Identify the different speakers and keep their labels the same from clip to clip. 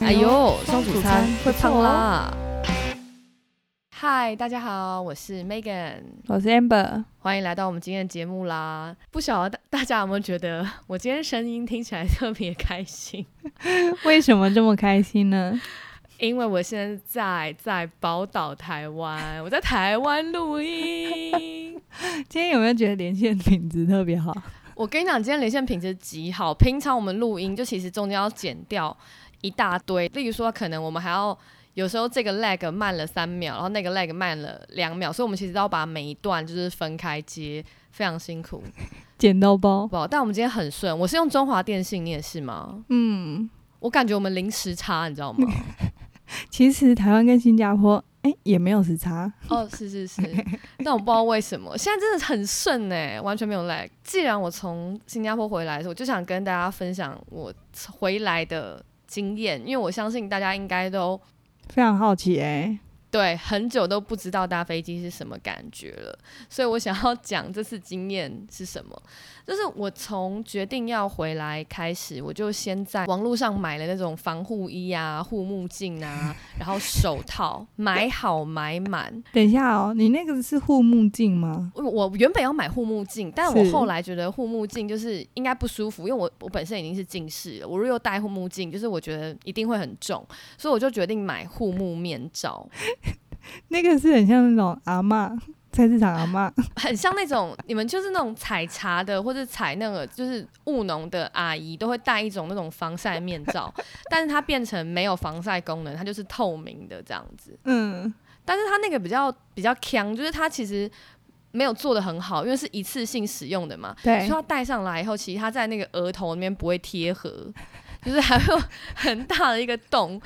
Speaker 1: 哎呦，双主餐
Speaker 2: 会胖
Speaker 1: 错
Speaker 2: 哦
Speaker 1: 啦！嗨，大家好，我是 Megan，
Speaker 2: 我是 Amber，
Speaker 1: 欢迎来到我们今天的节目啦。不晓得大大家有没有觉得我今天声音听起来特别开心？
Speaker 2: 为什么这么开心呢？
Speaker 1: 因为我现在在在宝岛台湾，我在台湾录 音。
Speaker 2: 今天有没有觉得连线品质特别好？
Speaker 1: 我跟你讲，今天连线品质极好。平常我们录音就其实中间要剪掉一大堆，例如说可能我们还要有时候这个 lag 慢了三秒，然后那个 lag 慢了两秒，所以我们其实都要把每一段就是分开接，非常辛苦，
Speaker 2: 剪刀包
Speaker 1: 好，不好？但我们今天很顺，我是用中华电信，你也是吗？
Speaker 2: 嗯，
Speaker 1: 我感觉我们零时差，你知道吗？
Speaker 2: 其实台湾跟新加坡，哎、也没有时差。
Speaker 1: 哦，是是是，但我不知道为什么，现在真的很顺哎、完全没有 lag。既然我从新加坡回来的时候，我就想跟大家分享我回来的经验，因为我相信大家应该都
Speaker 2: 非常好奇哎、
Speaker 1: 对很久都不知道搭飞机是什么感觉了，所以我想要讲这次经验是什么。就是我从决定要回来开始，我就先在网络上买了那种防护衣啊、护目镜啊，然后手套，买好买满。
Speaker 2: 等一下哦，你那个是护目镜吗？
Speaker 1: 我我原本要买护目镜，但我
Speaker 2: 是
Speaker 1: 后来觉得护目镜就是应该不舒服，因为我我本身已经是近视了，我如果戴护目镜，就是我觉得一定会很重，所以我就决定买护目面罩，
Speaker 2: 那个是很像那种阿嬷菜市场阿嬷，
Speaker 1: 很像那种你们就是那种采茶的或者采那个就是务农的阿姨都会戴一种那种防晒面罩，但是它变成没有防晒功能，它就是透明的这样子。
Speaker 2: 嗯，
Speaker 1: 但是它那个比较比较强，就是它其实没有做的很好，因为是一次性使用的嘛，所
Speaker 2: 对
Speaker 1: 以，它戴上来以后，其实它在那个额头那边不会贴合， 就是还会有很大的一个洞。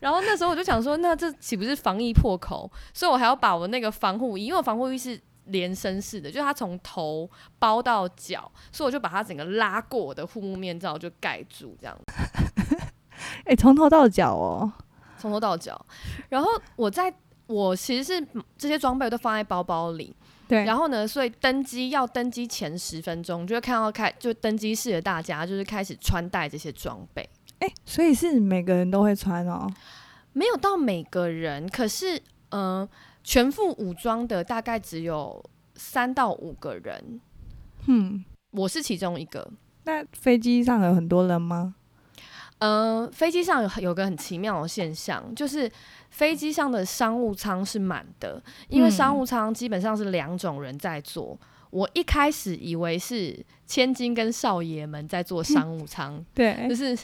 Speaker 1: 然后那时候我就想说，那这岂不是防疫破口？所以我还要把我那个防护衣，因为我防护衣是连身式的，就是它从头包到脚，所以我就把它整个拉过我的护目面罩就盖住，这样
Speaker 2: 哎、从头到脚哦，
Speaker 1: 从头到脚。然后我在我其实是这些装备都放在包包里，
Speaker 2: 对，
Speaker 1: 然后呢，所以登机要登机前十分钟，就会看到开就登机室的大家就是开始穿戴这些装备，
Speaker 2: 哎、所以是每个人都会穿哦，
Speaker 1: 没有到每个人，可是嗯、呃全副武装的大概只有三到五个人，
Speaker 2: 嗯，
Speaker 1: 我是其中一个。
Speaker 2: 那飞机上有很多人吗？
Speaker 1: 嗯、飞机上有有个很奇妙的现象，就是飞机上的商务舱是满的，因为
Speaker 2: 嗯
Speaker 1: 商务舱基本上是两种人在坐。我一开始以为是千金跟少爷们在坐商务舱，就
Speaker 2: 对，
Speaker 1: 是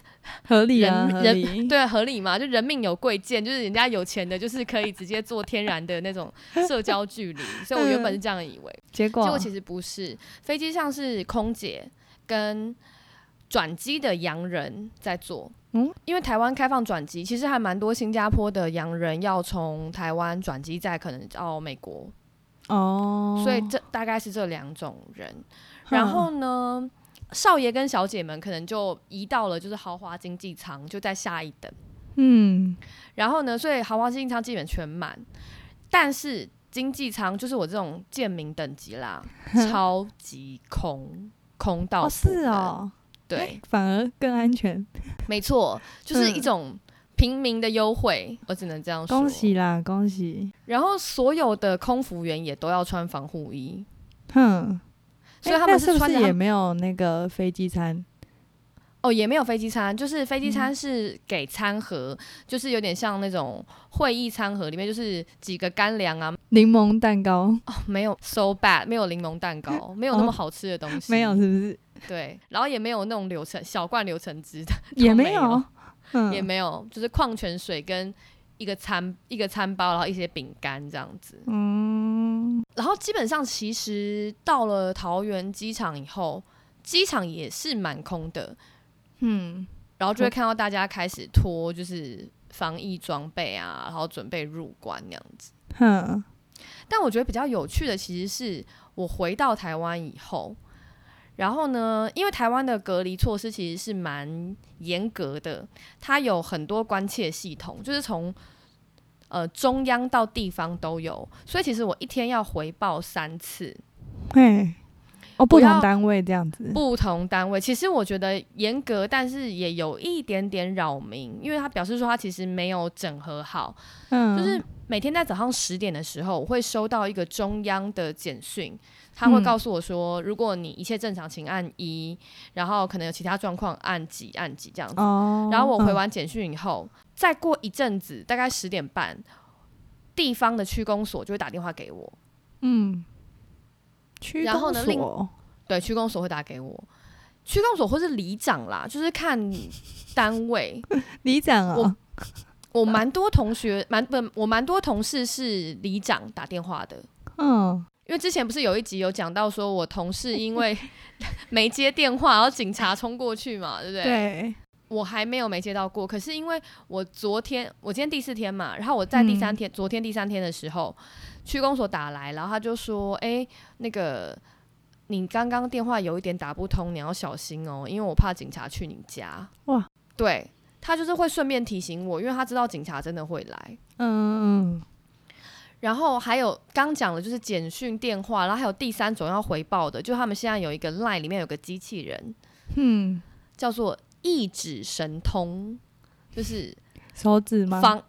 Speaker 2: 合理啊，
Speaker 1: 人
Speaker 2: 合
Speaker 1: 人
Speaker 2: 理，
Speaker 1: 对，合理嘛？就人命有贵贱，就是人家有钱的，就是可以直接做天然的那种社交距离。所以我原本是这样以为，
Speaker 2: 结
Speaker 1: 结
Speaker 2: 果
Speaker 1: 果其实不是。飞机上是空姐跟转机的洋人在做，嗯
Speaker 2: 嗯，
Speaker 1: 因为台湾开放转机，其实还蛮多新加坡的洋人要从台湾转机，再可能到美国，
Speaker 2: 哦，嗯
Speaker 1: 所以这大概是这两种人。然后呢，少爷跟小姐们可能就移到了就是豪华经济舱，就在下一等。
Speaker 2: 嗯，
Speaker 1: 然后呢，所以豪华经济舱基本全满，但是经济舱就是我这种贱民等 级啦，超级空，空到、
Speaker 2: 哦是，哦，
Speaker 1: 对，
Speaker 2: 反而更安全，
Speaker 1: 没错，就是
Speaker 2: 嗯
Speaker 1: 一种平民的优惠，我只能这样说。
Speaker 2: 恭喜！啦，恭喜，
Speaker 1: 然后所有的空服员也都要穿防护衣，
Speaker 2: 哼，
Speaker 1: 所以
Speaker 2: 诶
Speaker 1: 他们
Speaker 2: 那是不
Speaker 1: 穿
Speaker 2: 是
Speaker 1: 的
Speaker 2: 也
Speaker 1: 他们
Speaker 2: 没有那个飞机餐？
Speaker 1: 哦，也没有飞机餐，就是飞机
Speaker 2: 嗯
Speaker 1: 餐是给餐盒，就是有点像那种会议餐盒，里面就是几个干粮啊，
Speaker 2: 柠檬蛋 糕
Speaker 1: 没有 so bad，没有柠檬蛋 糕，没有那么好吃的东西，
Speaker 2: 哦没有，是不是？
Speaker 1: 对，然后也没有那种流程小罐流程汁的，
Speaker 2: 也
Speaker 1: 没有
Speaker 2: 有，嗯，
Speaker 1: 也没有，就是矿泉水跟一个餐一个餐包，然后一些饼干这样子。
Speaker 2: 嗯，
Speaker 1: 然后基本上其实到了桃园机场以后，机场也是蛮空的，
Speaker 2: 嗯，
Speaker 1: 然后就会看到大家开始脱就是防疫装备啊，然后准备入关那样子。嗯
Speaker 2: 哼，
Speaker 1: 但我觉得比较有趣的其实是我回到台湾以后，然后呢，因为台湾的隔离措施其实是蛮严格的，它有很多关切系统，就是从呃中央到地方都有，所以其实我一天要回报三次。
Speaker 2: 嘿，哦，不
Speaker 1: 不要
Speaker 2: 同单位这样子，
Speaker 1: 不同单位，其实我觉得严格，但是也有一点点扰民，因为他表示说他其实没有整合好，
Speaker 2: 嗯，
Speaker 1: 就是每天在早上十点的时候，我会收到一个中央的简讯，他会
Speaker 2: 嗯
Speaker 1: 告诉我说，如果你一切正常，请按一，然后可能有其他状况按几按几这样子。
Speaker 2: 哦，
Speaker 1: 然后我回
Speaker 2: 嗯，
Speaker 1: 完简讯以后，再过一阵子，大概十点半，地方的区公所就会打电话给我，
Speaker 2: 嗯，区
Speaker 1: 然后
Speaker 2: 公
Speaker 1: 呢另
Speaker 2: 所，
Speaker 1: 对，区公所会打给我。区公所或是里长啦，就是看单位。
Speaker 2: 里长啊
Speaker 1: 我，我蛮多同学，蛮不，我蛮多同事是里长打电话的，
Speaker 2: 嗯，
Speaker 1: 因为之前不是有一集有讲到说我同事因为没接电话，然后警察冲过去嘛，对不对？
Speaker 2: 对，
Speaker 1: 我还没有没接到过，可是因为我昨天，我今天第四天嘛，然后我在第三天，昨天第三天的时候，区公所打来，然后他就说：“诶，那个你刚刚电话有一点打不通，你要小心哦，因为我怕警察去你家。”
Speaker 2: 哇，
Speaker 1: 对他就是会顺便提醒我，因为他知道警察真的会来。
Speaker 2: 嗯嗯
Speaker 1: 然后还有刚讲的就是简讯、电话，然后还有第三种要回报的，就他们现在有一个 LINE 里面有个机器人
Speaker 2: 嗯，
Speaker 1: 叫做一指神通，就是
Speaker 2: 手指吗？
Speaker 1: 防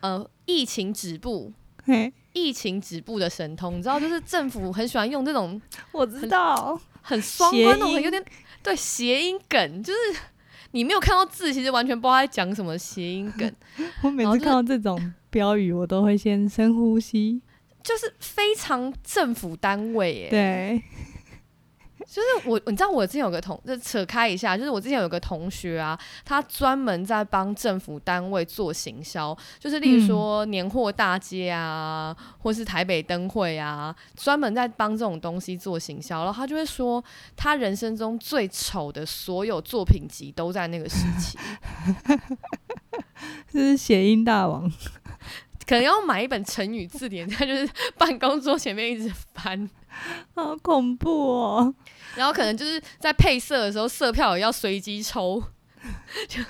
Speaker 1: 呃疫情止步。
Speaker 2: 嘿，
Speaker 1: 疫情止步的神通，你知道，就是政府很喜欢用这种
Speaker 2: 我知道，
Speaker 1: 很双关
Speaker 2: 谐
Speaker 1: 的，
Speaker 2: 音
Speaker 1: 很有点对谐音梗，就是你没有看到字，其实完全不知道他在讲什么谐音 梗，
Speaker 2: 我每
Speaker 1: 然后
Speaker 2: 次
Speaker 1: 就是
Speaker 2: 看到这种标语，我都会先深呼 吸，
Speaker 1: 就是非常政府单位耶。
Speaker 2: 对，
Speaker 1: 就是我，你知道我之前有个同，就扯开一下，就是我之前有个同学啊，他专门在帮政府单位做行销，就是例如说年货大街啊，或是台北灯会啊，专门在帮这种东西做行销。然后他就会说，他人生中最丑的所有作品集都在那个时期，
Speaker 2: 这是谐音大王，
Speaker 1: 可能要买一本成语字典，他就是办公桌前面一直翻，
Speaker 2: 好恐怖哦，
Speaker 1: 然后可能就是在配色的时候，色票也要随机抽， 就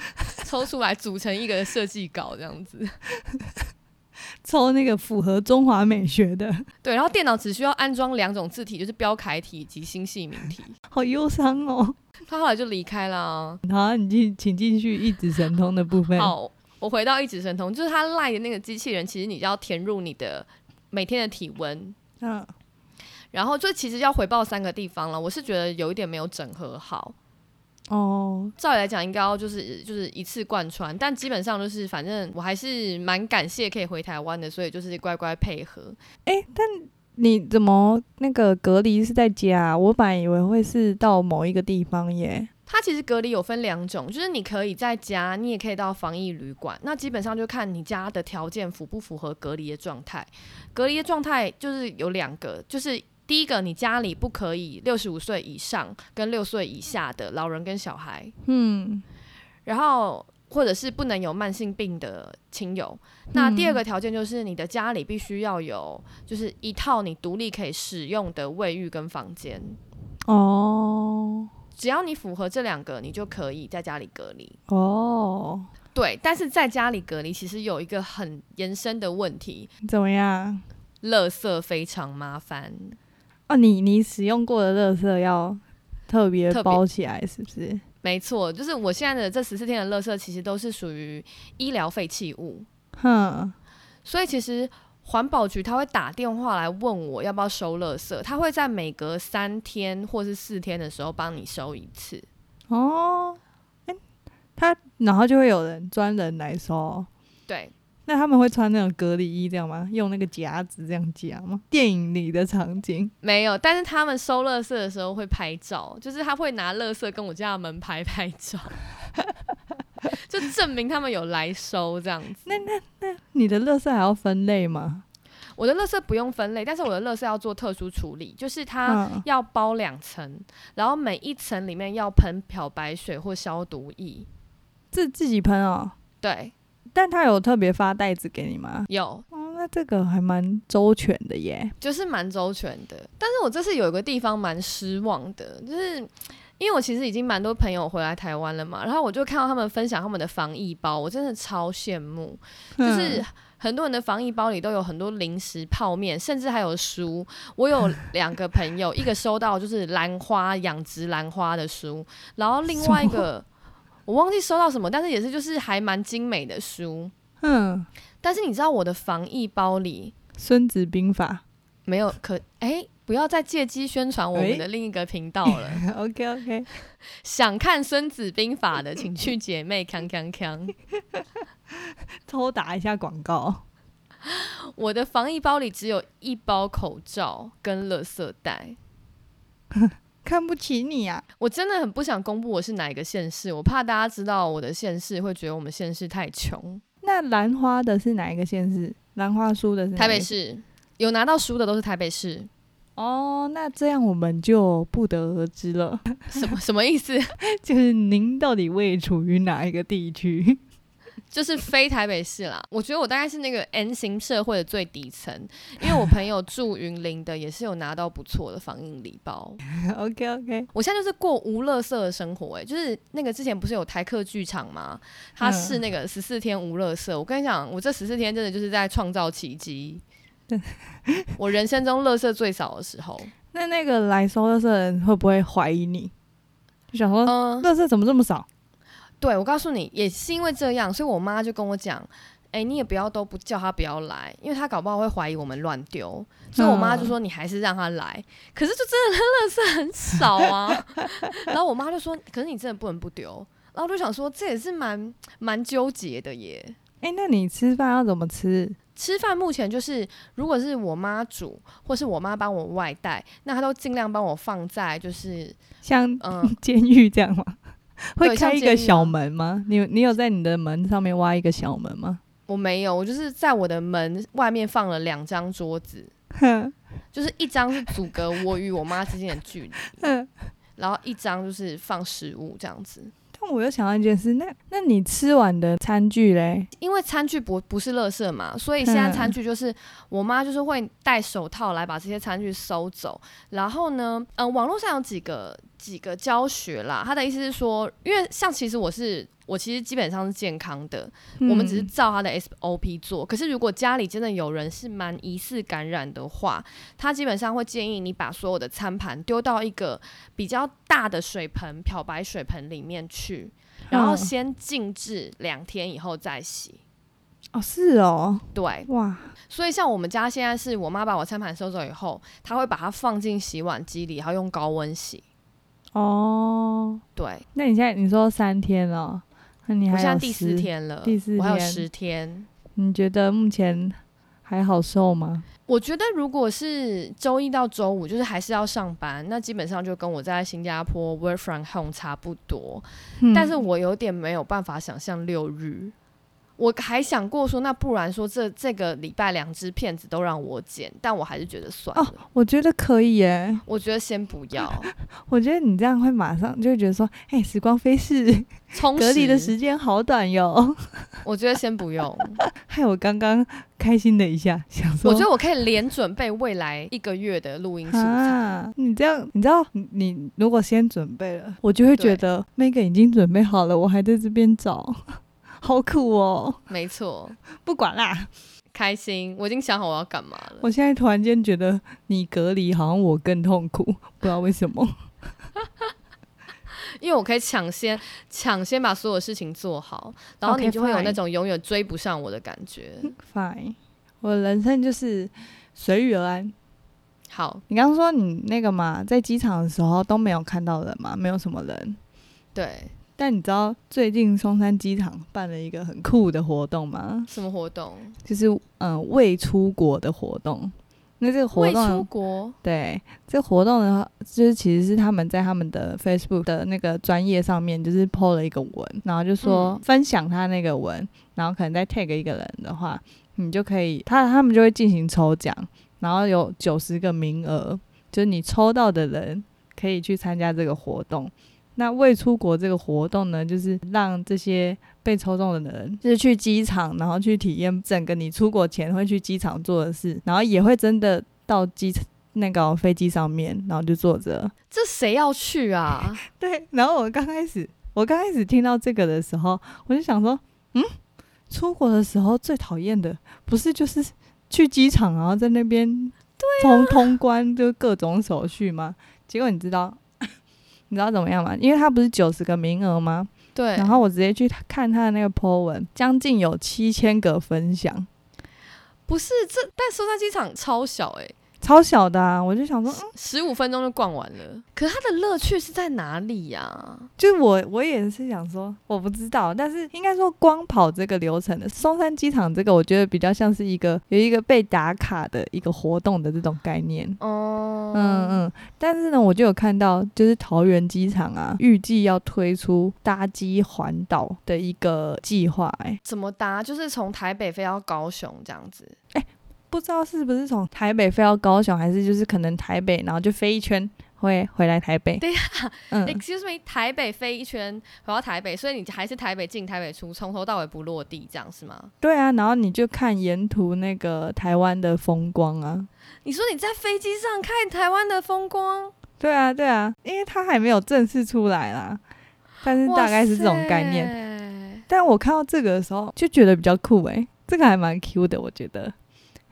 Speaker 1: 抽出来组成一个设计稿这样子。
Speaker 2: 抽那个符合中华美学的，
Speaker 1: 对，然后电脑只需要安装两种字体，就是标楷体以及新细明体。
Speaker 2: 好忧伤哦。
Speaker 1: 他后来就离开啦。
Speaker 2: 好，你继请继续一指神通的部分。
Speaker 1: 好，我回到一指神童，就是他赖的那个机器人，其实你要填入你的每天的体温。
Speaker 2: 嗯，
Speaker 1: 然后就其实要回报三个地方了，我是觉得有一点没有整合好。
Speaker 2: 哦，
Speaker 1: 照理来讲，应该要就是就是一次贯穿，但基本上就是，反正我还是蛮感谢可以回台湾的，所以就是乖乖配合。
Speaker 2: 你怎么那个隔离是在家啊、我本来以为会是到某一个地方耶。
Speaker 1: 它其实隔离有分两种，就是你可以在家，你也可以到防疫旅馆。那基本上就看你家的条件符不符合隔离的状态。隔离的状态就是有两个，就是第一个，你家里不可以六十五岁以上跟六岁以下的老人跟小孩，
Speaker 2: 嗯，
Speaker 1: 然后或者是不能有慢性病的亲友。那第二个条件就是你的家里必须要有，就是一套你独立可以使用的卫浴跟房间。
Speaker 2: 哦，
Speaker 1: 只要你符合这两个，你就可以在家里隔离。
Speaker 2: 哦，
Speaker 1: 对，但是在家里隔离其实有一个很延伸的问题，
Speaker 2: 怎么样？
Speaker 1: 垃圾非常麻烦。
Speaker 2: 哦，你你使用过的垃圾要特别
Speaker 1: 特别
Speaker 2: 包起来，是不是？
Speaker 1: 没错，就是我现在的这十四天的垃圾其实都是属于医疗废弃物，
Speaker 2: 哼，
Speaker 1: 所以其实环保局他会打电话来问我要不要收垃圾，他会在每隔三天或是四天的时候帮你收一次。
Speaker 2: 哦，哎、他然后就会有人专人来收。
Speaker 1: 对，
Speaker 2: 那他们会穿那种隔离衣这样吗？用那个夹子这样夹吗？电影里的场景
Speaker 1: 没有，但是他们收垃圾的时候会拍照，就是他会拿垃圾跟我家的门牌拍照， 就证明他们有来收这样子。
Speaker 2: 你的垃圾还要分类吗？
Speaker 1: 我的垃圾不用分类，但是我的垃圾要做特殊处理，就是它
Speaker 2: 嗯
Speaker 1: 要包两层，然后每一层里面要喷漂白水或消毒液。
Speaker 2: 自自己喷哦。
Speaker 1: 对，
Speaker 2: 但他有特别发袋子给你吗？
Speaker 1: 有
Speaker 2: 哦，那这个还蛮周全的耶。
Speaker 1: 就是蛮周全的。但是我这次有一个地方蛮失望的，就是因为我其实已经蛮多朋友回来台湾了嘛，然后我就看到他们分享他们的防疫包，我真的超羡慕，就是
Speaker 2: 嗯
Speaker 1: 很多人的防疫包里都有很多零食、泡面，甚至还有书。我有两个朋友，一个收到就是兰花养殖兰花的书，然后另外一个我忘记收到什么，但是也是就是还蛮精美的书。
Speaker 2: 嗯，
Speaker 1: 但是你知道我的防疫包里
Speaker 2: 《孙子兵法
Speaker 1: 没有可哎、不要再借机宣传我
Speaker 2: 诶
Speaker 1: 们的另一个频道了。》
Speaker 2: ，OK OK，
Speaker 1: 想看《孙子兵法》的，请去姐妹康康康。
Speaker 2: 偷打一下广告。
Speaker 1: 我的防疫包里只有一包口罩跟垃圾袋。
Speaker 2: 看不起你啊！
Speaker 1: 我真的很不想公布我是哪一个县市，我怕大家知道我的县市会觉得我们县市太穷。
Speaker 2: 那兰花的是哪一个县市？兰花书的是哪一
Speaker 1: 台
Speaker 2: 个
Speaker 1: 北市有拿到书的都是台北市，
Speaker 2: 哦，那这样我们就不得而知了。
Speaker 1: 什么什么意思？
Speaker 2: 就是您到底位处于哪一个地区？
Speaker 1: 就是非台北市啦。我觉得我大概是那个 N 型社会的最底层，因为我朋友住云林的也是有拿到不错的防疫礼包。
Speaker 2: OK OK，
Speaker 1: 我现在就是过无乐色的生活、欸，就是那个之前不是有台客剧场吗？它是那个十四天无乐色。我跟你讲，我这十四天真的就是在创造奇迹
Speaker 2: 对。
Speaker 1: 我人生中乐色最少的时候，
Speaker 2: 那那个来收垃圾的人会不会怀疑你？就想说，
Speaker 1: 嗯、
Speaker 2: 垃圾怎么这么少？
Speaker 1: 对我告诉你，也是因为这样，所以我妈就跟我讲。哎、你也不要都不叫他不要来，因为他搞不好会怀疑我们乱丢，所以我妈就说你还是让他来。可是就真的垃圾很少啊，然后我妈就说，可是你真的不能不丢。然后我就想说，这也是蛮蛮纠结的耶。
Speaker 2: 哎、那你吃饭要怎么吃？
Speaker 1: 吃饭目前就是，如果是我妈煮，或是我妈帮我外带，那她都尽量帮我放在就是，
Speaker 2: 像
Speaker 1: 嗯、
Speaker 2: 监狱这样吗？ 会
Speaker 1: 对像
Speaker 2: 开一
Speaker 1: 监
Speaker 2: 个
Speaker 1: 狱
Speaker 2: 小
Speaker 1: 啊
Speaker 2: 门吗？你有你有在你的门上面挖一个小门吗？
Speaker 1: 我没有，我就是在我的门外面放了两张桌子，
Speaker 2: 哼
Speaker 1: 就是一张是阻隔我与我妈之间的距离，
Speaker 2: 哼
Speaker 1: 然后一张就是放食物这样子。
Speaker 2: 但我又想到一件事，那那你吃完的餐具嘞？
Speaker 1: 因为餐具不不是垃圾嘛，所以现在
Speaker 2: 嗯
Speaker 1: 餐具就是、我妈就是会戴手套来把这些餐具收走。然后呢，嗯，网络上有几个几个教学啦，她的意思是说，因为像其实我是我其实基本上是健康的，我们只是
Speaker 2: 嗯
Speaker 1: 照她的 SOP 做。可是如果家里真的有人是蛮疑似感染的话，她基本上会建议你把所有的餐盘丢到一个比较大的水盆漂白水盆里面去。然后
Speaker 2: 嗯
Speaker 1: 先静置两天以后再洗。
Speaker 2: 哦，是哦，
Speaker 1: 对，
Speaker 2: 哇，
Speaker 1: 所以像我们家现在是我妈把我餐盘收走以后，她会把它放进洗碗机里，然后用高温洗。
Speaker 2: 哦，
Speaker 1: 对，
Speaker 2: 那你现在你说三天了，那你
Speaker 1: 我
Speaker 2: 还
Speaker 1: 现在
Speaker 2: 有
Speaker 1: 第四
Speaker 2: 10，
Speaker 1: 天了，
Speaker 2: 第四
Speaker 1: 我还有
Speaker 2: 天
Speaker 1: 十天。
Speaker 2: 你觉得目前还好受吗？
Speaker 1: 我觉得如果是周一到周五，就是还是要上班，那基本上就跟我在新加坡 work from home 差不多。但是
Speaker 2: 嗯
Speaker 1: 我有点没有办法想象六日。我还想过说，那不然说这这个礼拜两支片子都让我剪，但我还是觉得算了，
Speaker 2: 哦我觉得可以耶，
Speaker 1: 我觉得先不要
Speaker 2: 我觉得你这样会马上就会觉得说，哎、时光飞逝，
Speaker 1: 充
Speaker 2: 隔离的
Speaker 1: 实
Speaker 2: 时间好短哟。
Speaker 1: 我觉得先不用。
Speaker 2: 害我刚刚开心了一下，想说，
Speaker 1: 我觉得我可以连准备未来一个月的录音素材。
Speaker 2: 啊，你这样，你知道，你你如果先准备了，我就会觉得 Megan 已经准备好了，我还在这边找， 好苦哦。
Speaker 1: 没错，
Speaker 2: 不管啦，
Speaker 1: 开心，我已经想好我要干嘛了。
Speaker 2: 我现在突然间觉得你隔离好像我更痛苦， 不知道为什么。
Speaker 1: 因为我可以抢先抢先把所有事情做好，然后
Speaker 2: OK，
Speaker 1: 你就会有
Speaker 2: fine
Speaker 1: 那种永远追不上我的感觉。
Speaker 2: Fine，我的人生就是随遇而安。
Speaker 1: 好，
Speaker 2: 你刚刚说你那个嘛，在机场的时候都没有看到人嘛，没有什么人。
Speaker 1: 对，
Speaker 2: 但你知道最近松山机场办了一个很酷的活动吗？
Speaker 1: 什么活动？
Speaker 2: 就是嗯、呃未出国的活动。那这个活
Speaker 1: 未出
Speaker 2: 动，
Speaker 1: 国
Speaker 2: 对这活动的话，就是其实是他们在他们的 Facebook 的那个专业上面，就是 PO 了一个文，然后就说
Speaker 1: 嗯
Speaker 2: 分享他那个文，然后可能再 tag 一个人的话，你就可以，他他们就会进行抽奖，然后有九十个名额，就是你抽到的人可以去参加这个活动。那未出国这个活动呢，就是让这些被抽中的人，就是去机场，然后去体验整个你出国前会去机场做的事，然后也会真的到机那个飞机上面，然后就坐着。
Speaker 1: 这谁要去 啊？
Speaker 2: 对，然后我刚开始，我刚开始听到这个的时候，我就想说，嗯，出国的时候最讨厌的不是就是去机场，然后在那边通通关就各种手续吗？结果你知道 你知道怎么样吗？因为他不是九十个名额吗？
Speaker 1: 对，
Speaker 2: 然后我直接去看他的那个 po 文，将近有七千个分享，
Speaker 1: 不是这，但松山机场超小哎、
Speaker 2: 超小的啊！我就想说，嗯，
Speaker 1: 十五分钟就逛完了。可是它的乐趣是在哪里呀、
Speaker 2: 就是我我也是想说，我不知道，但是应该说光跑这个流程的松山机场这个，我觉得比较像是一个有一个被打卡的一个活动的这种概念。
Speaker 1: 哦，
Speaker 2: 嗯嗯，但是呢，我就有看到，就是桃园机场啊，预计要推出搭机环岛的一个计划、欸，
Speaker 1: 怎么搭？就是从台北飞到高雄这样子。
Speaker 2: 不知道是不是从台北飞到高雄，还是就是可能台北，然后就飞一圈，会回来台北。
Speaker 1: 对啊
Speaker 2: 呀、嗯，
Speaker 1: Excuse me，台北飞一圈回到台北，所以你还是台北进台北出，从头到尾不落地，这样是吗？
Speaker 2: 对啊，然后你就看沿途那个台湾的风光啊。
Speaker 1: 你说你在飞机上看台湾的风光，
Speaker 2: 对啊，对啊，因为它还没有正式出来啦，但是大概是这种概念。
Speaker 1: 念。
Speaker 2: 但我看到这个的时候就觉得比较酷诶、这个还蛮 Q 的，我觉得，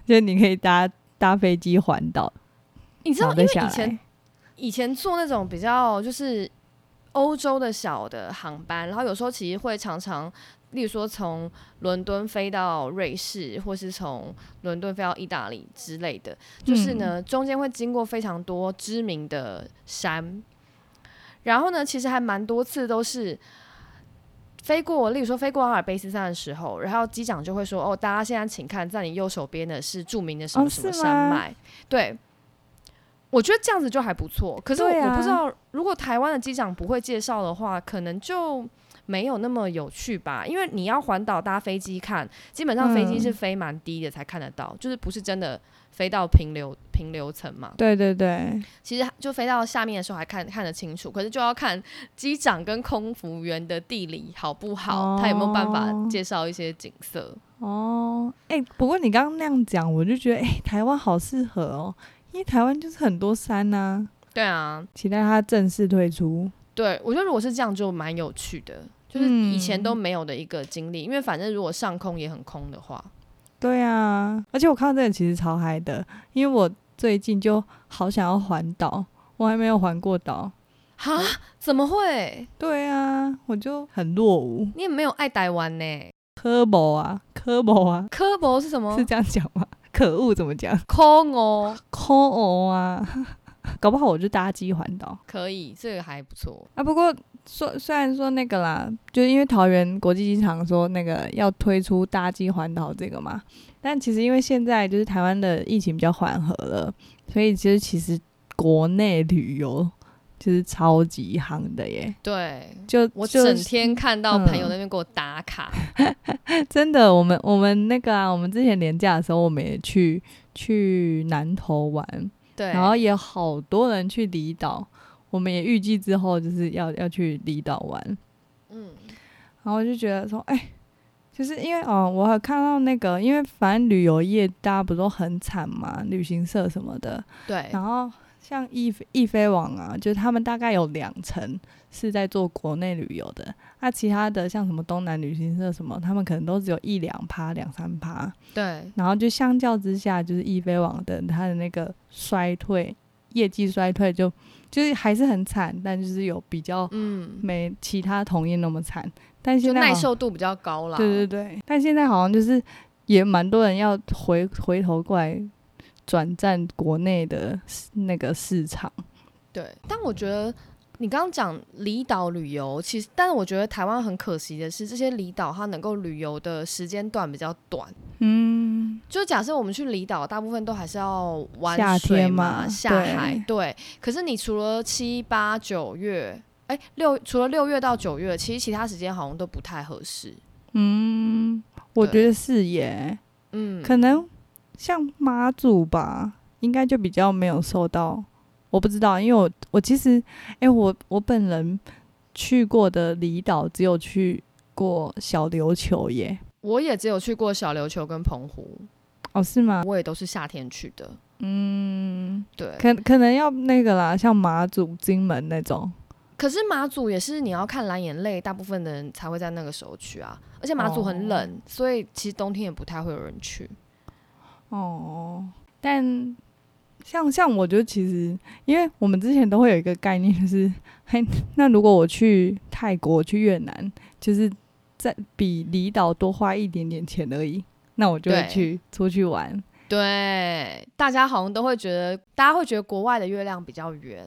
Speaker 2: 就是你可以搭搭飞机环岛，
Speaker 1: 你知
Speaker 2: 然
Speaker 1: 道，
Speaker 2: 后
Speaker 1: 因
Speaker 2: 再下
Speaker 1: 为以前
Speaker 2: 来。
Speaker 1: 以前坐那种比较就是欧洲的小的航班，然后有时候其实会常常，例如说从伦敦飞到瑞士，或是从伦敦飞到意大利之类的，就是
Speaker 2: 嗯
Speaker 1: 呢、中间会经过非常多知名的山，然后呢其实还蛮多次都是。飞过，例如说飞过阿尔卑斯山的时候，然后机长就会说：“哦，大家现在请看，在你右手边的是著名的什么
Speaker 2: 哦
Speaker 1: 什么
Speaker 2: 是
Speaker 1: 山
Speaker 2: 吗
Speaker 1: 脉。对，我觉得这样子就还不错。可是我,、
Speaker 2: 对啊
Speaker 1: 我不知道，如果台湾的机长不会介绍的话，可能就没有那么有趣吧。因为你要环岛搭飞机看，基本上飞机
Speaker 2: 嗯
Speaker 1: 是飞蛮低的才看得到，就是不是真的飞到平流平流层嘛。
Speaker 2: 对对对，
Speaker 1: 其实就飞到下面的时候还看看得清楚，可是就要看机长跟空服员的地理好不好，他有没有办法
Speaker 2: 哦
Speaker 1: 介绍一些景色。
Speaker 2: 哦，哎、不过你刚刚那样讲，我就觉得，哎、台湾好适合哦，因为台湾就是很多山呐、
Speaker 1: 对啊，
Speaker 2: 期待它正式推出。
Speaker 1: 对，我觉得如果是这样就蛮有趣的，就是
Speaker 2: 嗯
Speaker 1: 以前都没有的一个经历。因为反正如果上空也很空的话，
Speaker 2: 对啊，而且我看到这个其实超嗨的，因为我最近就好想要环岛，我还没有环过岛。
Speaker 1: 哈，啊怎么会？
Speaker 2: 对啊，我就很落伍，
Speaker 1: 你也没有爱台湾呢？
Speaker 2: 科博啊，科博啊，
Speaker 1: 科博是什么
Speaker 2: 是？这样讲吗？可恶，怎么讲？
Speaker 1: 空哦，
Speaker 2: 科哦啊， 搞不好我就搭机环岛。
Speaker 1: 可以，这个还不错。
Speaker 2: 啊，不过说虽然说那个啦，就是因为桃园国际机场说那个要推出搭机环岛这个嘛，但其实因为现在就是台湾的疫情比较缓和了，所以其实其实国内旅游就是超级行的耶，
Speaker 1: 对
Speaker 2: 就
Speaker 1: 我
Speaker 2: 就
Speaker 1: 整
Speaker 2: 是
Speaker 1: 天看到朋友
Speaker 2: 嗯
Speaker 1: 那边给我打卡，
Speaker 2: 真的，我们我们那个啊，我们之前年假的时候，我们也去去南投玩，
Speaker 1: 对，
Speaker 2: 然后也好多人去离岛，我们也预计之后就是要要去离岛玩。
Speaker 1: 嗯，
Speaker 2: 然后我就觉得说，哎、就是因为哦，我有看到那个，因为反正旅游业大家不都很惨嘛，旅行社什么的，
Speaker 1: 对，
Speaker 2: 然后像易易飞网啊，就是他们大概有两成是在做国内旅游的，那、其他的像什么东南旅行社什么，他们可能都只有一两趴、两三趴，
Speaker 1: 对，
Speaker 2: 然后就相较之下，就是易飞网的它的那个衰退，业绩衰退就就是还是很惨，但就是有比较
Speaker 1: 嗯，
Speaker 2: 没其他同业那么惨，但
Speaker 1: 就
Speaker 2: 现在
Speaker 1: 耐
Speaker 2: 好像
Speaker 1: 受度比较高啦。
Speaker 2: 对对对，但现在好像就是也蛮多人要回回头过来转战国内的市那个市场。
Speaker 1: 对，但我觉得你刚刚讲离岛旅游，其实，但是我觉得台湾很可惜的是，这些离岛它能够旅游的时间段比较短。
Speaker 2: 嗯，
Speaker 1: 就假设我们去离岛，大部分都还是要玩
Speaker 2: 夏
Speaker 1: 水
Speaker 2: 天
Speaker 1: 嘛，
Speaker 2: 嘛
Speaker 1: 下海对。可是你除了七八九月，哎、六除了六月到九月，其实其他时间好像都不太合适。
Speaker 2: 嗯我
Speaker 1: 对
Speaker 2: 觉得是耶，
Speaker 1: 嗯，
Speaker 2: 可能像妈祖吧，应该就比较没有受到。我不知道，因为我我其实，哎、我我本人去过的离岛只有去过小琉球耶。
Speaker 1: 我也只有去过小琉球跟澎湖，
Speaker 2: 哦，是吗？
Speaker 1: 我也都是夏天去的。
Speaker 2: 嗯，
Speaker 1: 对，
Speaker 2: 可可能要那个啦，像马祖、金门那种。
Speaker 1: 可是马祖也是你要看蓝眼泪，大部分的人才会在那个时候去啊，而且马祖很冷，所以其实冬天也不太会有人去。
Speaker 2: 哦，但像像我觉得其实，因为我们之前都会有一个概念，就是，嘿，那如果我去泰国、去越南，就是在比离岛多花一点点钱而已，那我就会
Speaker 1: 对
Speaker 2: 去出去玩。
Speaker 1: 对，大家好像都会觉得，大家会觉得国外的月亮比较圆，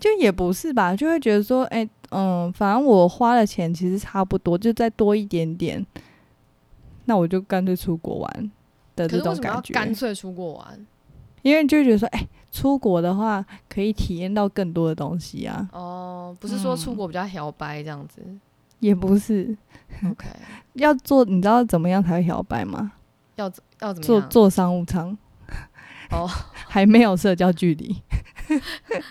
Speaker 2: 就也不是吧，就会觉得说，哎、嗯，反正我花的钱其实差不多，就再多一点点，那我就干脆出国玩的
Speaker 1: 可
Speaker 2: 这
Speaker 1: 是为
Speaker 2: 种
Speaker 1: 什么
Speaker 2: 感
Speaker 1: 要
Speaker 2: 觉。
Speaker 1: 干脆出国玩？
Speaker 2: 因为就觉得说，哎、出国的话可以体验到更多的东西啊，
Speaker 1: 哦，不是说出国比较摇摆这样 子、
Speaker 2: 也不是
Speaker 1: o k
Speaker 2: 要做，你知道怎么样才会摇摆吗？
Speaker 1: 要怎要怎么
Speaker 2: 坐
Speaker 1: 样？
Speaker 2: 坐商务舱，
Speaker 1: 哦
Speaker 2: 还没有社交距 离，
Speaker 1: 是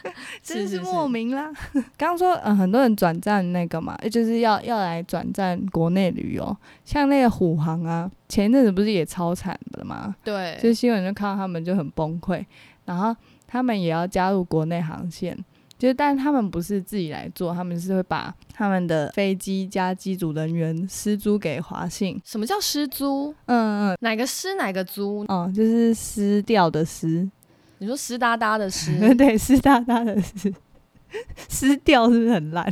Speaker 2: 真
Speaker 1: 是
Speaker 2: 是
Speaker 1: 是
Speaker 2: 莫名啦。刚刚说，嗯、很多人转战那个嘛，呃就是要要来转战国内旅游，像那个虎航啊，前一阵子不是也超惨的吗？
Speaker 1: 对，
Speaker 2: 就是新闻就看到他们就很崩溃，然后他们也要加入国内航线，就是但他们不是自己来做，他们是会把他们的飞机加机组人员私租给华信，
Speaker 1: 什么叫失租？
Speaker 2: 嗯嗯
Speaker 1: 哪个失哪个租？
Speaker 2: 哦，就是私掉的私，
Speaker 1: 你说湿哒哒的湿，
Speaker 2: 对，湿哒哒的 湿，湿掉是不是很烂？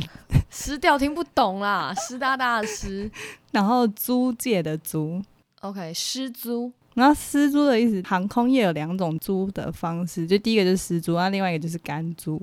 Speaker 1: 湿掉听不懂啦，湿哒哒的湿。
Speaker 2: 然后租借的租。
Speaker 1: OK，失租。
Speaker 2: 然后私租的意思，航空业有两种租的方式，就第一个就是私租，那另外一个就是干租。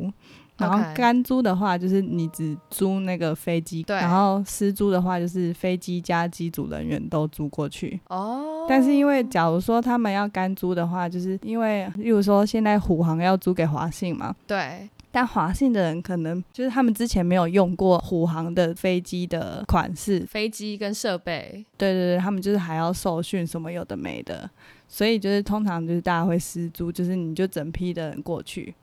Speaker 2: 然后
Speaker 1: OK
Speaker 2: 干租的话，就是你只租那个飞机，
Speaker 1: 对
Speaker 2: 然后私租的话，就是飞机加机组人员都租过去。
Speaker 1: 哦，
Speaker 2: 但是因为假如说他们要干租的话，就是因为，例如说现在虎航要租给华信嘛，
Speaker 1: 对
Speaker 2: 但华信的人可能就是他们之前没有用过虎航的飞机的款式，
Speaker 1: 飞机跟设备，
Speaker 2: 对对对，他们就是还要受训什么有的没的，所以就是通常就是大家会私租，就是你就整批的人过去，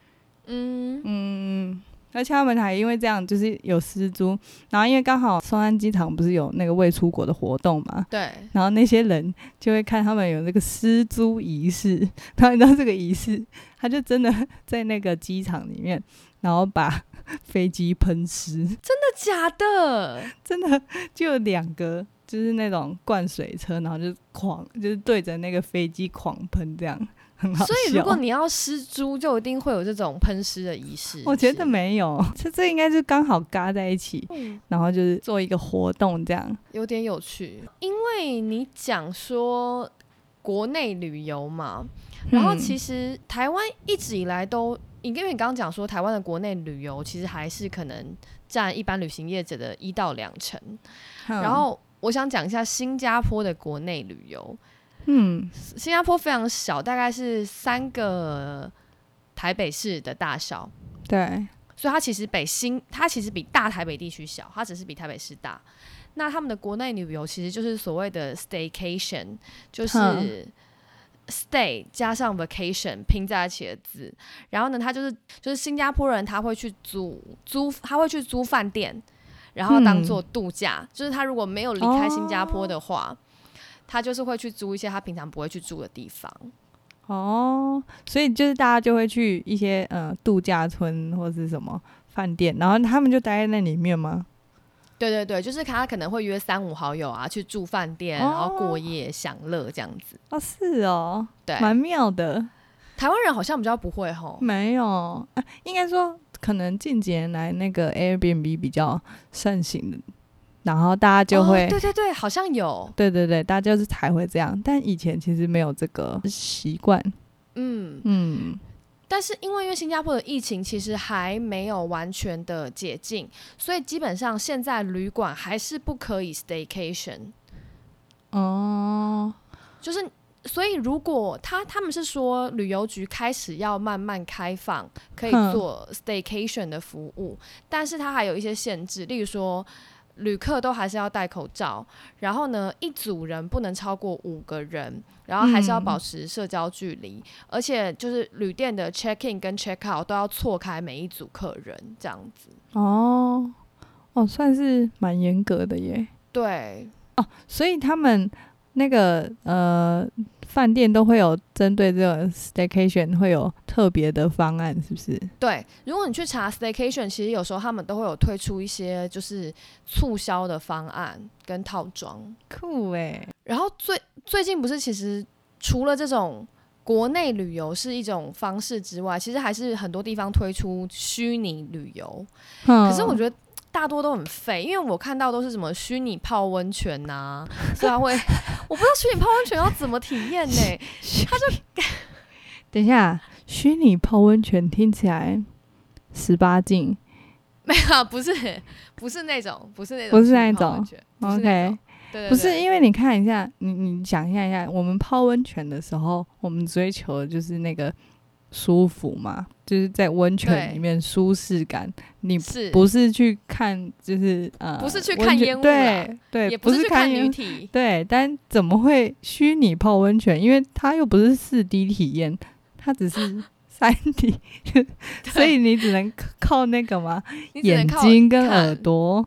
Speaker 1: 嗯，
Speaker 2: 嗯，而且他们还因为这样就是有私租，然后因为刚好松山机场不是有那个未出国的活动嘛。
Speaker 1: 对，
Speaker 2: 然后那些人就会看他们有那个私租仪式， 然后你知道这个仪式，他就真的在那个机场里面，然后把飞机喷湿，
Speaker 1: 那假的，
Speaker 2: 真的就有两个，就是那种灌水车，然后就狂，就是对着那个飞机狂喷，这样很好笑。
Speaker 1: 所以如果你要失租，就一定会有这种喷湿的仪式。
Speaker 2: 我觉得
Speaker 1: 是，
Speaker 2: 没有，这这应该是刚好嘎在一起，
Speaker 1: 嗯，
Speaker 2: 然后就是做一个活动这样。
Speaker 1: 有点有趣，因为你讲说国内旅游嘛，
Speaker 2: 嗯
Speaker 1: 然后其
Speaker 2: 实、
Speaker 1: 实台湾一直以来都，因为你刚刚讲说台湾的国内旅游其实还是可能占一般旅行业者的一到两成，
Speaker 2: 嗯
Speaker 1: 然后。我想讲一下新加坡的国内旅游，
Speaker 2: 嗯
Speaker 1: 新加坡非常小，大概是三个台北市的大小，
Speaker 2: 对
Speaker 1: 所以它其实北新，它其实比大台北地区小，它只是比台北市大。那他们的国内旅游其实就是所谓的 staycation，就是
Speaker 2: 哼
Speaker 1: stay 加上 vacation 拼在一起的字。然后呢，他就是就是新加坡人他会去租租，他会去租饭店，然后当做度假。就是他如果没有离开新加坡的话，他就是会去租一些他平常不会去住的地方。
Speaker 2: 哦，所以就是大家就会去一些呃度假村或是什么饭店，然后他们就待在那里面吗？
Speaker 1: 对对对，就是他可能会约三五好友啊，去住饭店，
Speaker 2: 哦
Speaker 1: 然后过夜享乐这样子。
Speaker 2: 哦，是哦，
Speaker 1: 对，
Speaker 2: 蛮妙的。
Speaker 1: 台湾人好像比较不会吼。
Speaker 2: 没有，啊、应该说可能近几年来那个 Airbnb 比较盛行的，然后大家就会、
Speaker 1: 哦对对对，好像有，
Speaker 2: 对对对，大家就是才会这样，但以前其实没有这个习惯，
Speaker 1: 嗯，
Speaker 2: 嗯，
Speaker 1: 但是因为因为新加坡的疫情其实还没有完全的解禁，所以基本上现在旅馆还是不可以 staycation，
Speaker 2: 哦，
Speaker 1: 就是所以如果他他们是说旅游局开始要慢慢开放，可以
Speaker 2: 哼
Speaker 1: 做 staycation 的服务，但是它还有一些限制，例如说。旅客都还是要戴口罩，然后呢，一组人不能超过五个人，然后还是要
Speaker 2: 嗯
Speaker 1: 保持社交距离，而且就是旅店的 check in 跟 check out 都要错开每一组客人这样子。
Speaker 2: 哦，哦，算是蛮严格的耶，
Speaker 1: 对，
Speaker 2: 所以他们那个呃饭店都会有针对这种 staycation 会有特别的方案，是不是？
Speaker 1: 对，如果你去查 staycation，其实有时候他们都会有推出一些就是促销的方案跟套装。
Speaker 2: 酷哎、
Speaker 1: 然后最最近不是其实除了这种国内旅游是一种方式之外，其实还是很多地方推出虚拟旅游。
Speaker 2: 嗯
Speaker 1: 可是我觉得。大多都很废，因为我看到都是什么虚拟泡温泉呐、 所以他会，我不知道虚拟泡温泉要怎么体验呢、
Speaker 2: 他就等一下，虚拟泡温泉听起来十八禁
Speaker 1: 没有啊，不是，不是那种，不是那种，
Speaker 2: 不是那种
Speaker 1: 不是那
Speaker 2: ，OK？
Speaker 1: 种对对
Speaker 2: 不
Speaker 1: 对
Speaker 2: 是因为你看一下，你你想象一下，我们泡温泉的时候，我们追求的就是那个舒服嘛，就是在温泉
Speaker 1: 对
Speaker 2: 里面舒适感。你
Speaker 1: 是
Speaker 2: 不是去看，就是呃，
Speaker 1: 不是去
Speaker 2: 温
Speaker 1: 看
Speaker 2: 泉
Speaker 1: 烟雾啦
Speaker 2: 对对，
Speaker 1: 也
Speaker 2: 不
Speaker 1: 不是去看
Speaker 2: 烟
Speaker 1: 女
Speaker 2: 雾
Speaker 1: 体，
Speaker 2: 对，但怎么会虚拟泡温泉？因为它又不是四 D 体验，它只是三 D，所 以你只能靠那个嘛，
Speaker 1: 你只能
Speaker 2: 眼
Speaker 1: 靠
Speaker 2: 睛跟
Speaker 1: 看
Speaker 2: 耳。朵。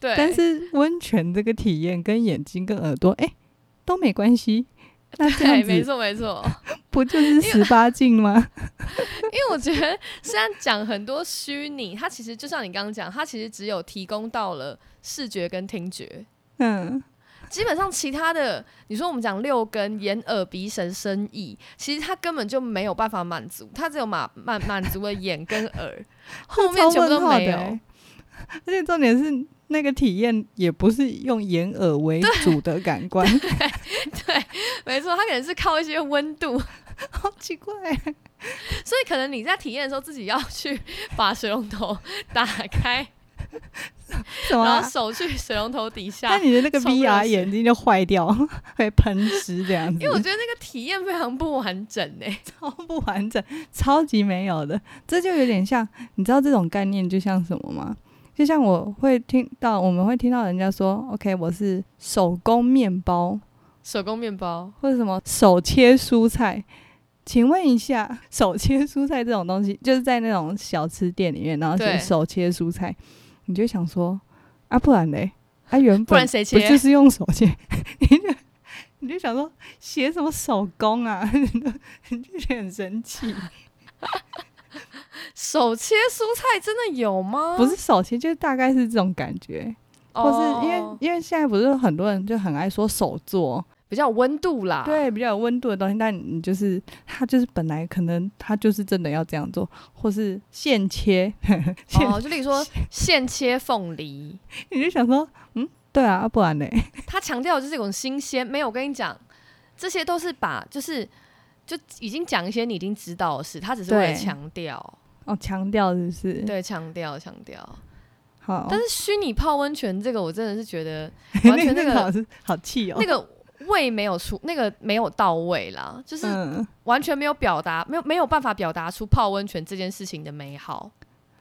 Speaker 1: 对，
Speaker 2: 但是温泉这个体验跟眼睛跟耳朵，哎、都没关 系。那这
Speaker 1: 对，
Speaker 2: 样
Speaker 1: 没
Speaker 2: 子
Speaker 1: 错没错。
Speaker 2: 不就是十八禁吗？
Speaker 1: 因为我觉得虽然讲很多虚拟，它其实就像你刚刚讲，它其实只有提供到了视觉跟听觉，
Speaker 2: 嗯，
Speaker 1: 基本上其他的，你说我们讲六根、眼、耳、鼻、舌、身、意，其实它根本就没有办法满足，它只有满 满满足了眼跟 耳，后面
Speaker 2: 超
Speaker 1: 全部都
Speaker 2: 问号
Speaker 1: 没
Speaker 2: 的、
Speaker 1: 有
Speaker 2: 欸。。而且重点是，那个体验也不是用眼耳为主的感官，
Speaker 1: 对，没错，它可能是靠一些温度，
Speaker 2: 好奇 怪。
Speaker 1: 所以可能你在体验的时候自己要去把水龙头打开，
Speaker 2: 什么、
Speaker 1: 然
Speaker 2: 啊
Speaker 1: 后？手去水龙头底下
Speaker 2: 那。你的那个
Speaker 1: 冲热
Speaker 2: VR
Speaker 1: 水
Speaker 2: 眼睛就坏掉， 会喷湿这样子，
Speaker 1: 因为我觉得那个体验非常不完整哎、
Speaker 2: 超 不完整，超级没有的。这就有点像，你知道这种概念就像什么吗？就像我会听到，我们会听到人家说，OK，我是手工面包
Speaker 1: 手工面包，
Speaker 2: 或者什么手切蔬菜。请问一下， 手切蔬菜这种东西，就是在那种小吃店里面，然后写
Speaker 1: 对
Speaker 2: 手切蔬菜，你就想说，啊，不然嘞，啊，原本
Speaker 1: 不然谁
Speaker 2: 不就
Speaker 1: 切？
Speaker 2: 是用手写？ 你就你就想说写什么手工啊？ 你就你就觉得很生气。
Speaker 1: 手切蔬菜真的有吗？
Speaker 2: 不是手写，就是大概是这种感觉，
Speaker 1: 哦，
Speaker 2: 或是因为因为现在不是很多人就很爱说手做，
Speaker 1: 比较有温度啦。
Speaker 2: 对比较有温度的东西，但你就是他就是本来可能他就是真的要这样做，或是现切， 现
Speaker 1: 哦，就例如说现切凤梨，
Speaker 2: 你就想说，嗯，对啊，啊不然嘞，
Speaker 1: 它强调的就是一种新鲜。没有，我跟你讲，这些都是把就是就已经讲一些你已经知道的事，它只是为了
Speaker 2: 对
Speaker 1: 强调，
Speaker 2: 哦，强调是不是？，
Speaker 1: 对，强调强调。
Speaker 2: 哦好，
Speaker 1: 但
Speaker 2: 是
Speaker 1: 是虚拟泡温泉这个，我真的是 觉得完
Speaker 2: 那
Speaker 1: 全那
Speaker 2: 个老
Speaker 1: 个
Speaker 2: 师好气哦，
Speaker 1: 那个味没有出，那个没有到位啦，就是
Speaker 2: 嗯，
Speaker 1: 完全没有表达，没有没有办法表达出泡温泉这件事情的美好。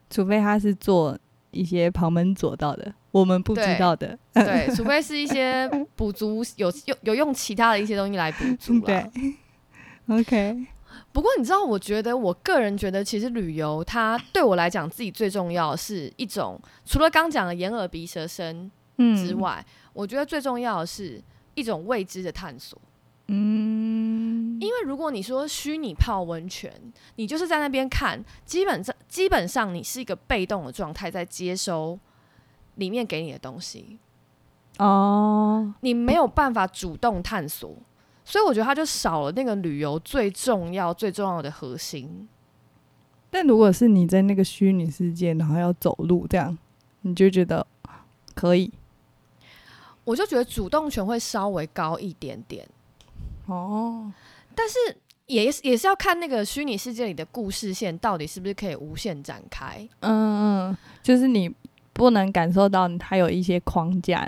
Speaker 2: 除非他是做一些旁门左道的，我们不知
Speaker 1: 对
Speaker 2: 道的，
Speaker 1: 对，除非是一些补足有有有用其他的一些东西来补足啦
Speaker 2: 对。，OK，
Speaker 1: 不过你知道，我觉得我个人觉得，其实旅游它对我来讲自己最重要的是一种，除了刚讲的眼耳鼻舌身
Speaker 2: 嗯，
Speaker 1: 之，外，我觉得最重要的是一种未知的探索。
Speaker 2: 嗯，
Speaker 1: 因为如果你说虚拟泡温泉，你就是在那边看，基本上基本上你是一个被动的状态，在接收里面给你的东西，
Speaker 2: 哦，
Speaker 1: 你没有办法主动探索，所以我觉得它就少了那个旅游最重要最重要的核心。
Speaker 2: 但如果是你在那个虚拟世界，然后要走路这样，你就觉得哦可以
Speaker 1: 我就觉得主动权会稍微高一点点，
Speaker 2: 哦。
Speaker 1: 也是也是要看那个虚拟世界里的故事线到底是不是可以无限展开。
Speaker 2: 嗯嗯，就是你不能感受到它有一些框架，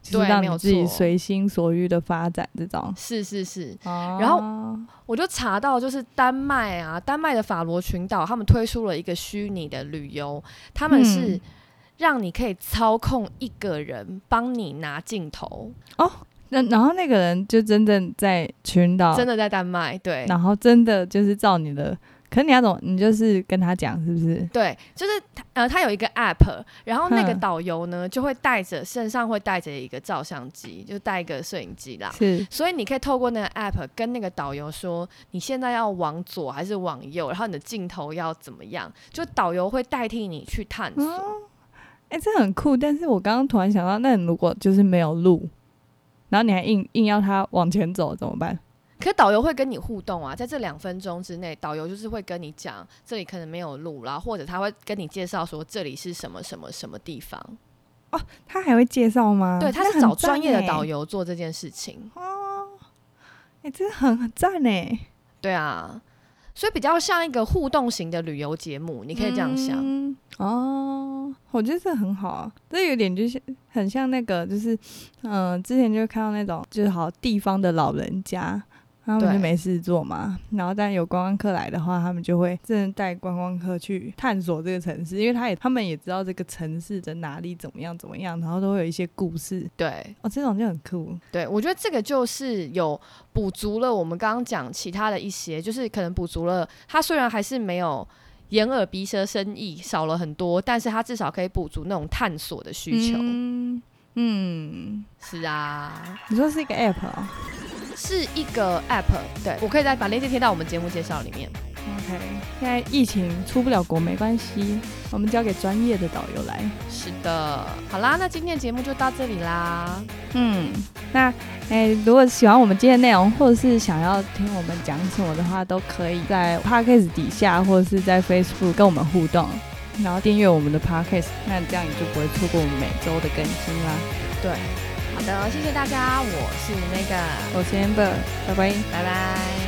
Speaker 2: 就是
Speaker 1: 对
Speaker 2: 让
Speaker 1: 没
Speaker 2: 你
Speaker 1: 有
Speaker 2: 自己
Speaker 1: 错
Speaker 2: 随心所欲的发展这种。
Speaker 1: 是是是，
Speaker 2: 哦
Speaker 1: 然我就查到，就是丹麦啊，丹麦的法罗群岛，他们推出了一个虚拟的旅游，他们是
Speaker 2: 嗯
Speaker 1: 让你可以操控一个人帮你拿镜头，
Speaker 2: 那然后那个人就真正在群岛，
Speaker 1: 真的在丹麦，对
Speaker 2: 然后真的就是照你的可是你要怎么？你就是跟他讲是不是？
Speaker 1: 对，就是它呃，它有一个 app，然后那个
Speaker 2: 嗯
Speaker 1: 导游呢就会带着身上会带着一个照相机，就带一个摄影机啦。
Speaker 2: 是
Speaker 1: 所以你可以透过那个 app 跟那个导游说，你现在要往左还是往右，然后你的镜头要怎么样，就导游会代替你去探索。
Speaker 2: 哎、这很酷。但是我刚刚突然想到，那你如果就是没有路，然后你还硬硬要他往前走怎么办？
Speaker 1: 可导游会跟你互动啊，在这两分钟之内，导游就是会跟你讲这里可能没有路啦，或者他会跟你介绍说这里是什么什么什么地方。
Speaker 2: 他还会介绍吗？
Speaker 1: 对，他
Speaker 2: 嗯那很
Speaker 1: 是找专业的
Speaker 2: 赞欸哦
Speaker 1: 导。游做这件事情。
Speaker 2: 哎、这很很赞哎，
Speaker 1: 对啊，所以比较像一个互动型的旅游节目，你
Speaker 2: 你
Speaker 1: 可以这样想。
Speaker 2: 嗯哦。我觉得这很好啊，这有点就是很像那个，就是嗯、呃之前就看到那种就是好地方的老人家，他们
Speaker 1: 对
Speaker 2: 就没事做嘛，然后但有观光客来的话，他们就会真的带观光客去探索这个城市，因为他也他们也知道这个城市的哪里怎么样怎么样，然后都会有一些故事
Speaker 1: 对
Speaker 2: 哦，这种就很酷，
Speaker 1: 对，我觉得这个就是有补足了我们刚刚讲其他的一些，就是可能补足了它虽然还是没有。眼耳鼻舌身意少了很多，但是它至少可以补足那种探索的需求。
Speaker 2: 嗯嗯，
Speaker 1: 是啊，
Speaker 2: 你说是一个 app 哦
Speaker 1: 是一个 app，对我可以再把链接贴到我们节目介绍里面。
Speaker 2: ，OK，现哎在疫情出不了国没关系，我们交给专业的导游来。
Speaker 1: 是的，好啦，那今天的节目就到这里啦。
Speaker 2: 嗯，那诶、如果喜欢我们今天的内容，或者是想要听我们讲什么的话，都可以在 podcast 底下，或者是在 Facebook 跟我们互动，然后订阅我们的 podcast，那这样你就不会错过我们每周的更新啦。
Speaker 1: 对，好的，谢谢大家，我是 Mega，
Speaker 2: 我是 Amber，拜拜。
Speaker 1: 拜拜。